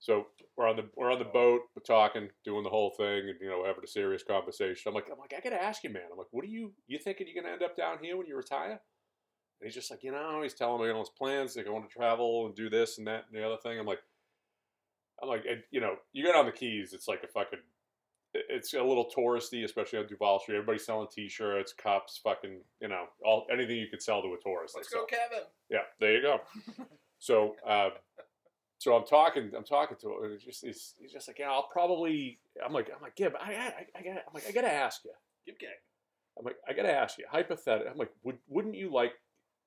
C: so we're on the we're on the boat, we're talking, doing the whole thing, and you know, having a serious conversation. I'm like, I'm like, I gotta ask you, man. I'm like, what are you you thinking you're gonna end up down here when you retire? And he's just like, you know, he's telling me all his plans, like I want to travel and do this and that and the other thing. I'm like, I'm like, and, you know, you go down the keys, it's like a fucking, it- it's a little touristy, especially on Duval Street. Everybody's selling T-shirts, cups, fucking, you know, all anything you could sell to a tourist.
D: Let's
C: they sell.
D: go, Kevin.
C: Yeah, there you go. so, uh, so I'm talking, I'm talking to him, and it's just, he's, he's just like, yeah, I'll probably. I'm like, I'm like, yeah, but I, I, I gotta, I'm like, I gotta ask you.
D: Give gang.
C: I'm like, I gotta ask you, hypothetically. I'm like, would, wouldn't you like,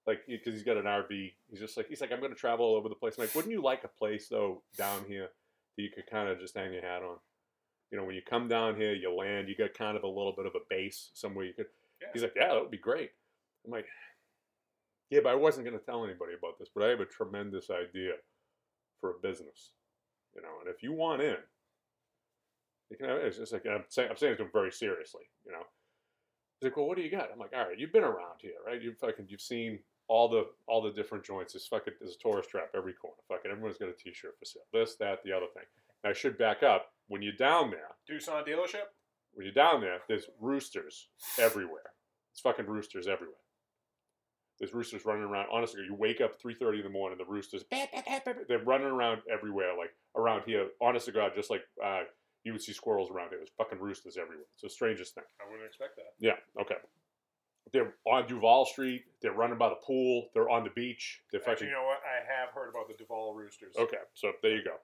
C: like, because he's got an RV. He's just like, he's like, I'm gonna travel all over the place. I'm like, wouldn't you like a place though down here that you could kind of just hang your hat on? You know, when you come down here, you land, you got kind of a little bit of a base somewhere you could.
D: Yeah.
C: He's like, yeah, that would be great. I'm like, yeah, but I wasn't gonna tell anybody about this, but I have a tremendous idea for a business. You know, and if you want in, you can have it. It's just like, and I'm saying, I'm saying it to him very seriously, you know. He's like, well, what do you got? I'm like, all right, you've been around here, right? You've fucking, you've seen all the all the different joints. There's fucking, there's a tourist trap every corner. Fucking, everyone's got a T-shirt for sale. This, that, the other thing. And I should back up. When you're down there,
D: Tucson dealership.
C: when you're down there, there's roosters everywhere. It's fucking roosters everywhere. There's roosters running around. Honestly, you wake up 3:30 in the morning, the roosters "Bah, bah, bah, bah, bah." they're running around everywhere, like around here. Honest to God, just like uh, you would see squirrels around here. There's fucking roosters everywhere. It's the strangest thing.
D: I wouldn't expect that.
C: Yeah. Okay. They're on Duval Street. They're running by the pool. They're on the beach. They're
D: Actually,
C: fucking.
D: you know what? I have heard about the Duval Roosters.
C: Okay, so there you go.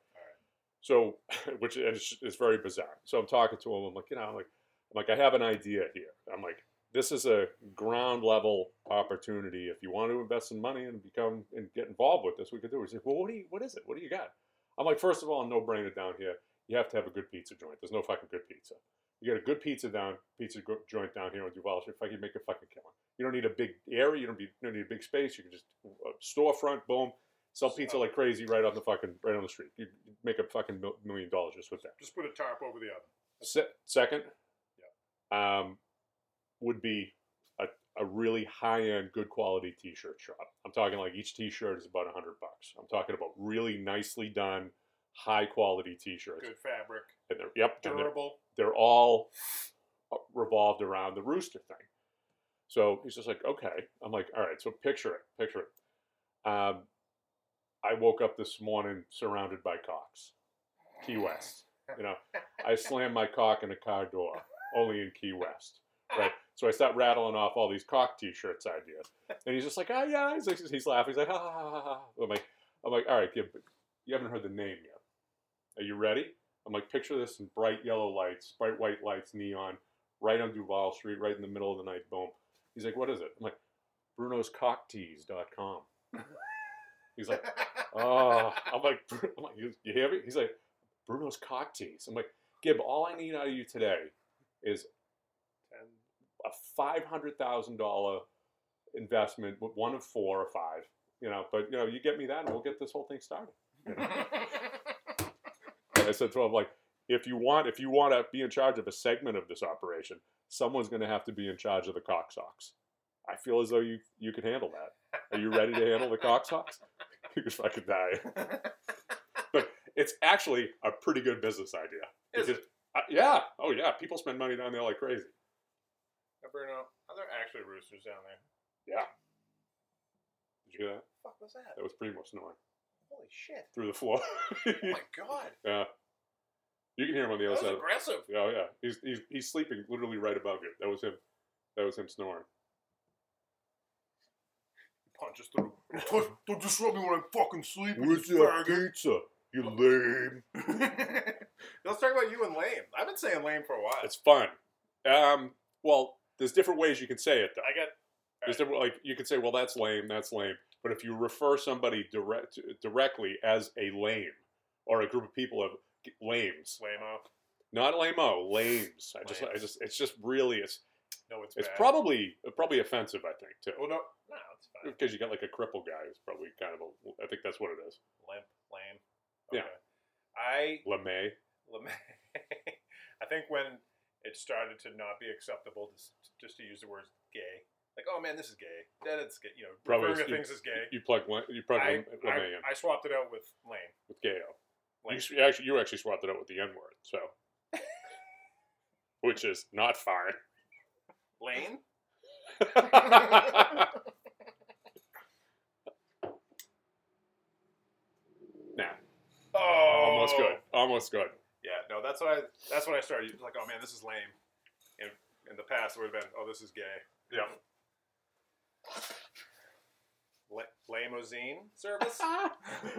C: So, (laughs) which is, is very bizarre. So I'm talking to him. I'm like, you know, I'm like, I'm like, I have an idea here. I'm like, this is a ground level opportunity. If you want to invest some money and become and get involved with this, we could do. it. He's like, well, what do you, what is it? What do you got? I'm like, first of all, no brainer down here. You have to have a good pizza joint. There's no fucking good pizza. You got a good pizza down pizza gro- joint down here on Duval Street. Fucking make a fucking killing. You don't need a big area. You don't, be, you don't need a big space. You can just uh, storefront. Boom. Sell pizza like crazy right on the fucking right on the street. You you make a fucking mil- million dollars just with that.
D: Just put a tarp over the oven.
C: Se- second, um, would be a, a really high end, good quality t shirt shop. I'm talking like each t shirt is about a hundred bucks. I'm talking about really nicely done, high quality t shirts.
D: Good fabric.
C: And they're yep, and they're,
D: Durable.
C: they're all uh, revolved around the rooster thing. So he's just like, okay. I'm like, all right. So picture it, picture it. Um, I woke up this morning surrounded by cocks, Key West. You know, I slammed my cock in a car door, only in Key West. Right. So I start rattling off all these cock T-shirts ideas, and he's just like, oh yeah. He's like, he's laughing. He's like, ha ha ha ha. ha. I'm like, I'm like, all right, yeah, but you haven't heard the name yet. Are you ready? I'm like, picture this in bright yellow lights, bright white lights, neon, right on Duval Street, right in the middle of the night. Boom. He's like, what is it? I'm like, brunoscocktees.com. He's (laughs) like, oh, I'm like, "Bru- I'm like you, you hear me? He's like, Bruno's cock tease. I'm like, Gib, all I need out of you today is a five hundred thousand dollar investment, w- one of four or five, you know. But you know, you get me that, and we'll get this whole thing started. And I said to him, like, if you want, if you want to be in charge of a segment of this operation, someone's going to have to be in charge of the cock socks. I feel as though you you can handle that. Are you ready to handle the cock socks? (laughs) You could fucking die. but it's actually a pretty good business idea.
D: Is
C: Because- uh, yeah. Oh yeah. People spend money down there like crazy.
D: Now, Bruno, are there actually roosters down there?
C: Did you hear that?
D: Fuck was that?
C: That was Primo snoring
D: Holy shit!
C: through the floor. (laughs)
D: Oh (laughs) my god,
C: yeah. You can hear him on the other
D: that was
C: side. of-
D: aggressive.
C: Oh yeah, he's, he's he's sleeping literally right above you. That was him. That was him snoring.
D: Punches through. Don't, don't disrupt me when I'm fucking sleeping. you faggot.
C: pizza? You lame.
D: (laughs) Let's talk about you and lame. I've been saying lame for a while.
C: It's fun. Um, well, there's different ways you can say it though.
D: I got
C: There's different like you can say, well, that's lame, that's lame. But if you refer somebody direct directly as a lame or a group of people of lames,
D: lame off.
C: not lame-o, lames. I just, I
D: Lames.
C: just, it's just really, it's
D: No, it's,
C: It's
D: bad.
C: probably probably offensive, I think, too.
D: Well, no, no, it's fine.
C: Because you got like a cripple guy who's probably kind of a. I think that's what it is.
D: Limp, lame.
C: Yeah.
D: I
C: LeMay.
D: (laughs) I think when it started to not be acceptable, just just to use the words gay, like oh man, this is gay. That it's gay. You know,
C: Probably
D: referring to
C: you-
D: things as gay.
C: You plug Le- you plug Lem-
D: I, I,
C: LeMay in
D: I swapped it out with lame.
C: with Gayo. You
D: Lame.
C: s- You actually you actually swapped it out with the N word,
D: (laughs)
C: so which is not fine. (laughs)
D: Lane?
C: nah,
D: Oh,
C: (laughs) almost good, almost good.
D: Yeah, no, that's what I that's when I started. Like, oh man, this is lame. In in the past, it would have been, oh, this is gay.
C: Yeah.
D: La- Lame-o-zine
C: (laughs)
D: service.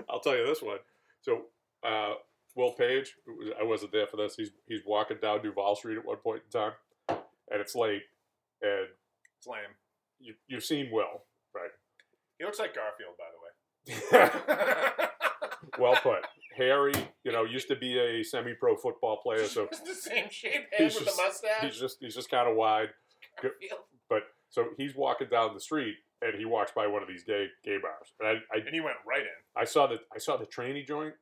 C: I'll tell you this one. So, uh, Will Page, who was- I wasn't there for this. He's he's walking down Duval Street at one point in time, and it's late, and
D: it's lame.
C: you you've seen Will,
D: He looks like Garfield, by the way.
C: right? (laughs)
D: (laughs)
C: well put. Harry, you know, used to be a semi-pro football player, so
D: (laughs) It's the same shape head
C: He's
D: with
C: just-
D: the mustache.
C: he's
D: (laughs)
C: just he's just kind of wide.
D: Garfield.
C: But so he's walking down the street, and he walks by one of these gay gay bars, and I, I
D: And he went right in.
C: I saw the I saw the trainee joint,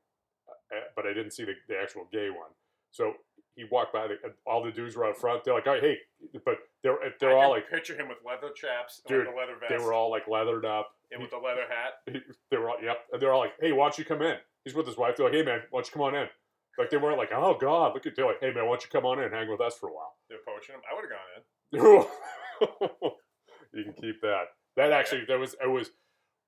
C: uh, but I didn't see the, the actual gay one. So he walked by, the, and all the dudes were out front. They're like, "Hey, hey!" But they're uh,
D: I
C: they're all
D: can
C: like
D: picture him with leather chaps and
C: Dude,
D: like a leather vest
C: they were all like leathered up.
D: and with the leather hat.
C: They were all yep. And they're all like, "Hey, why don't you come in?" He's with his wife. They're like, "Hey, man, why don't you come on in?" Like they weren't like, "Oh God, look at." They're like, "Hey, man, why don't you come on in, and hang with us for a while?" (laughs)
D: They're poaching him. I would have gone in.
C: you can keep that. That actually, that was it was.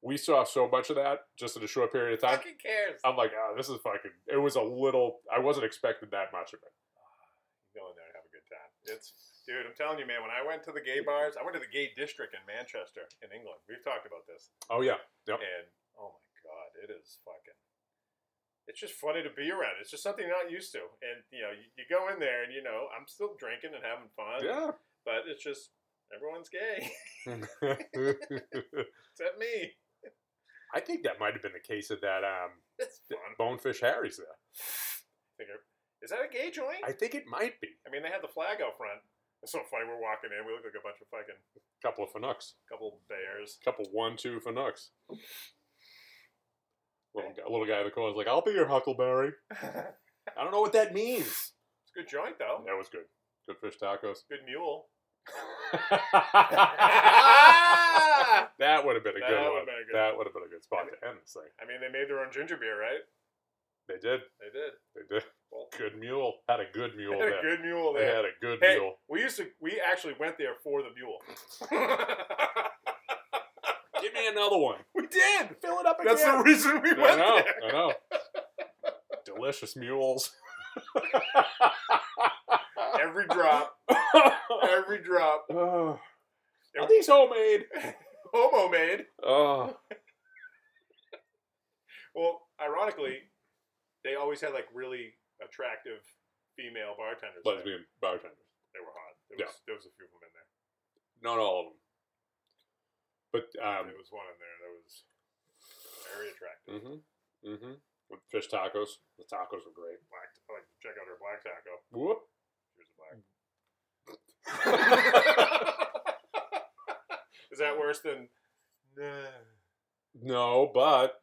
C: We saw so much of that just in a short period of time.
D: Fucking
C: (laughs)
D: cares.
C: I'm like, oh, this is fucking. It was a little. I wasn't expecting that much of it.
D: go in there and have a good time. It's dude, I'm telling you, man. When I went to the gay bars, I went to the gay district in Manchester, in England. We've talked about this,
C: Oh yeah, Yep.
D: and oh my god, it is fucking. It's just funny to be around. It's just something you're not used to, and you know, you, you go in there, and you know, I'm still drinking and having fun. but it's just everyone's gay (laughs)
C: yeah.
D: except me.
C: (laughs) I think that might have been the case of that um, (laughs)
D: It's
C: th-
D: fun.
C: Bonefish Harry's there.
D: Figure, is that a gay joint?
C: I think it might be
D: I mean, they had the flag out front. It's so funny. We're walking in. We look like a bunch of fucking
C: a couple of Fanucs,
D: couple bears.
C: (laughs) a couple one two Fanucs. Little, guy- little guy in the corner's like, "I'll be your Huckleberry."
D: it's
C: I don't know what that means.
D: a good joint though.
C: That was good. Good fish (laughs) tacos.
D: Good mule.
C: that would have been a
D: That
C: good
D: would've
C: one.
D: been a good
C: that would have been a good spot to end this thing.
D: I mean, they made their own ginger beer, right?
C: They did.
D: They did.
C: They did.
D: Well,
C: Good mule. Had a good
D: they
C: mule
D: had
C: there.
D: a good mule
C: they
D: there.
C: had a good
D: Hey,
C: mule.
D: we used to. We actually went there for the
C: (laughs)
D: mule.
C: Give me another one. (laughs)
D: we did.
C: Fill it up
D: That's the reason we
C: I
D: went
C: know.
D: there.
C: I know. (laughs) Delicious mules. (laughs)
D: Every drop. Every drop.
C: oh, are these homemade?
D: Homo made.
C: Oh,
D: Well, ironically, they always had like really attractive female bartenders. there.
C: lesbian bartenders.
D: They were hot. There was,
C: Yeah.
D: there was a few of them in there.
C: Not all of them, but um,
D: there was one in there that was very attractive.
C: Mm-hmm. Mm-hmm. With fish tacos. The tacos were great.
D: Black. I like to check out her black taco.
C: Whoop. (laughs)
D: Here's a black. Is that worse than? I
C: No, but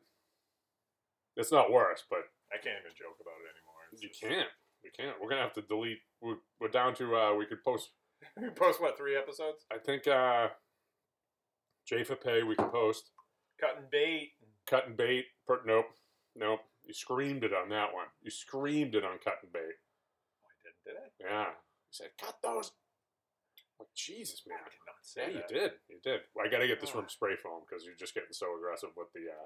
C: it's not worse, but
D: can't even joke about it anymore. It's
C: you
D: just-
C: can't. We can't. We're gonna have to delete we're, we're down to uh we could post
D: We (laughs) post what three episodes?
C: I think uh Jafa Pay we could post.
D: Cutting bait.
C: Cut and bait. Per, nope. Nope. You screamed it on that one. You screamed it on cut and bait.
D: I didn't, did I?
C: Yeah. You said, cut those I'm like Jesus man.
D: I did not say
C: Yeah, you
D: that.
C: did. You did. I got to get this from
D: Ah.
C: spray foam because you're just getting so aggressive with the. Uh,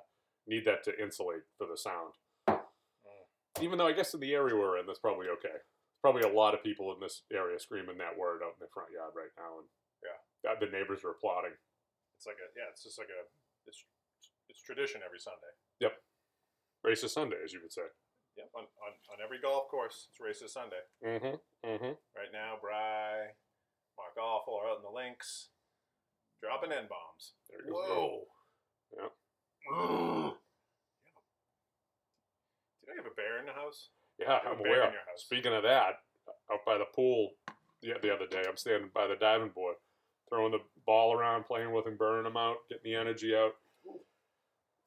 C: need that to insulate for the sound.
D: Mm.
C: Even though I guess in the area we're in, that's probably okay. Probably a lot of people in this area screaming that word out in the front yard right now, and
D: Yeah.
C: God, the neighbors are applauding.
D: It's like a yeah. It's just like a it's it's tradition every Sunday.
C: Race is Sunday, as you would say.
D: Yep. On on, on every golf course, it's races Sunday.
C: Mm-hmm. Mm-hmm.
D: Right now, Bry, Mark Awful are out in the links, dropping n bombs.
C: There goes.
D: Whoa.
C: Yeah.
D: Ugh. Do you have a bear in the house?
C: Yeah,
D: Have a
C: I'm
D: bear
C: aware.
D: (laughs) in your house.
C: Speaking of that, out by the pool the, the other day. I'm standing by the diving board, throwing the ball around, playing with and burning them out, getting the energy out.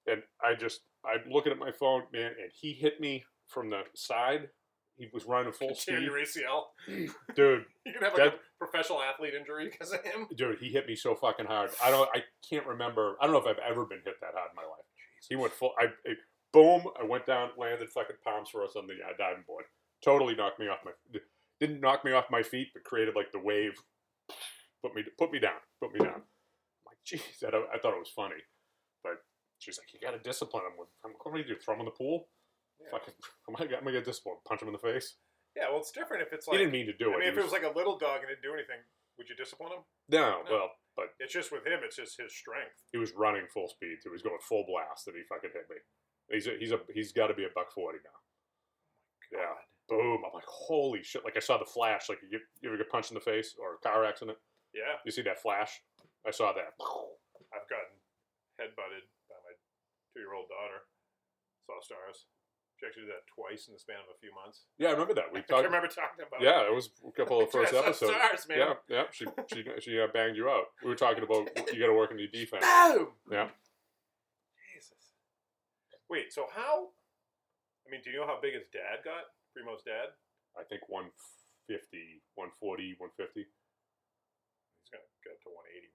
C: And I just, I'm looking at my phone, man, and he hit me from the side. He was running full
D: Tear
C: speed.
D: your ACL.
C: Dude,
D: You can have like a professional athlete injury because of him.
C: dude, he hit me so fucking hard. I don't, I can't remember. I don't know if I've ever been hit that hard in my life. He went full. I it, boom. I went down, landed fucking palms for us on the uh, diving board. Totally knocked me off my. Didn't knock me off my feet, but created like the wave. Put me, put me down, put me down. I'm like, jeez, I, don't- I thought it was funny, but she's like, you got to discipline him. With, I'm, what am I gonna do? Throw him in the pool?
D: Yeah.
C: Fucking, (laughs) am I, am I gonna discipline? him? Punch him in the face?
D: Yeah, well, it's different if it's
C: he
D: like.
C: didn't mean to do
D: I
C: it.
D: mean,
C: He
D: if it was like a little dog and didn't do anything, would you discipline him?
C: no,
D: no.
C: well, but
D: It's just with him. It's just his strength.
C: he was running full speed. He was going full blast, and he fucking hit me. He's a, he's a he's got to be a buck forty now.
D: Oh
C: Yeah, boom! I'm like, holy shit! Like I saw the flash. Like you, get, you ever get punched in the face or a car accident?
D: Yeah,
C: You see that flash? I saw that.
D: I've gotten headbutted by my two-year-old daughter. Saw stars. She actually did that twice in the span of a few months.
C: Yeah, I remember that. We
D: I
C: talked.
D: remember talking about. it.
C: Yeah, it was a couple of the
D: (laughs)
C: first
D: Yeah, saw
C: episodes.
D: Stars, man.
C: Yeah, yeah. She she she uh, banged you out. We were talking about you got to work on your defense.
D: Boom.
C: Yeah.
D: Jesus. Wait. So how? I mean, do you know how big his dad got? Primo's dad.
C: I think 150, 140, 150.
D: He's gonna get up to 180, man.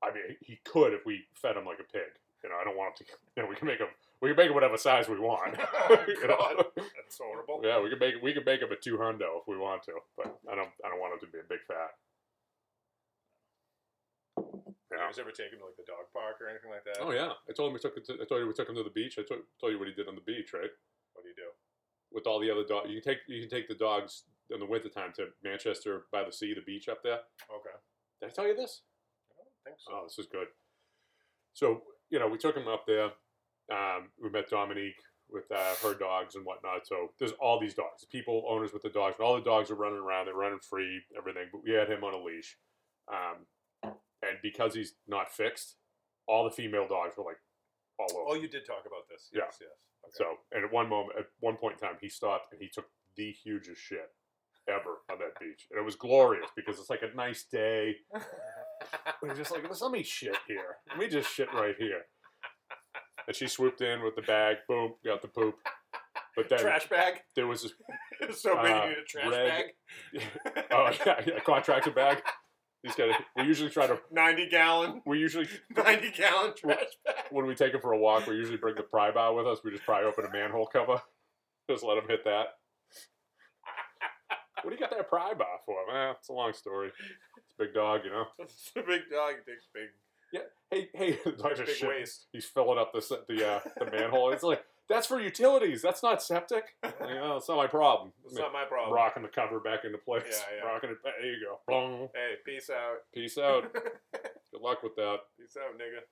C: I mean, he could if we fed him like a pig. You know, I don't want him to. (laughs) You know, we can make him. We can make him whatever size we want.
D: (laughs)
C: (laughs) You know?
D: God. That's horrible.
C: Yeah, we can make we can make him a two hundo if we want to, but I don't I don't want him to be a big fat.
D: You
C: Yeah.
D: guys ever take him to like the dog park or anything like that?
C: Oh yeah, I told him we took it to, I told you we took him to the beach. I told, told you what he did on the beach, right?
D: What do you do?
C: With all the other dogs, you can take you can take the dogs in the wintertime to Manchester by the sea, the beach up there.
D: Okay.
C: Did I tell you this?
D: I don't think so.
C: Oh, this is good. So, you know, we took him up there. Um, we met Dominique with uh, her dogs and whatnot. So there's all these dogs, people, owners with the dogs, and all the dogs are running around. They're running free, everything. But we had him on a leash. Um, and because he's not fixed, all the female dogs were like all over.
D: Oh, you did talk about this.
C: Yeah.
D: Yes, yes. Okay.
C: So, and at one moment, at one point in time, he stopped and he took the hugest shit ever on that beach, and it was glorious because it's like a nice day. But he's just like, let me shit here. Let me just shit right here. And she swooped in with the bag. Boom, got the poop. But then
D: (laughs) trash bag.
C: there was this.
D: It was so big
C: Uh,
D: you need a trash
C: red-
D: bag.
C: (laughs)
D: (laughs)
C: Oh yeah, yeah contractor bag. He's got. a- We usually try to.
D: Ninety gallon, (laughs)
C: We usually
D: ninety gallon trash bag.
C: when we take him for a walk, we usually bring the pry bar with us. We just pry open a manhole cover, (laughs) just let him hit that. What do you got that pry bar for? Eh, it's a long story. It's a big dog, you know.
D: (laughs) It's a big dog. It takes big,
C: Hey, hey, (laughs) the dog
D: big
C: just shit.
D: waste.
C: He's filling up the se- the uh, the manhole. It's like that's for utilities. That's not septic.
D: (laughs)
C: Like, oh, it's not my problem.
D: It's not my problem.
C: Rocking the cover back into place.
D: Yeah, yeah.
C: (laughs) Rocking it. Back. There you go. Blong.
D: Hey, peace out. (laughs)
C: Peace out. Good luck with that.
D: Peace out, nigga.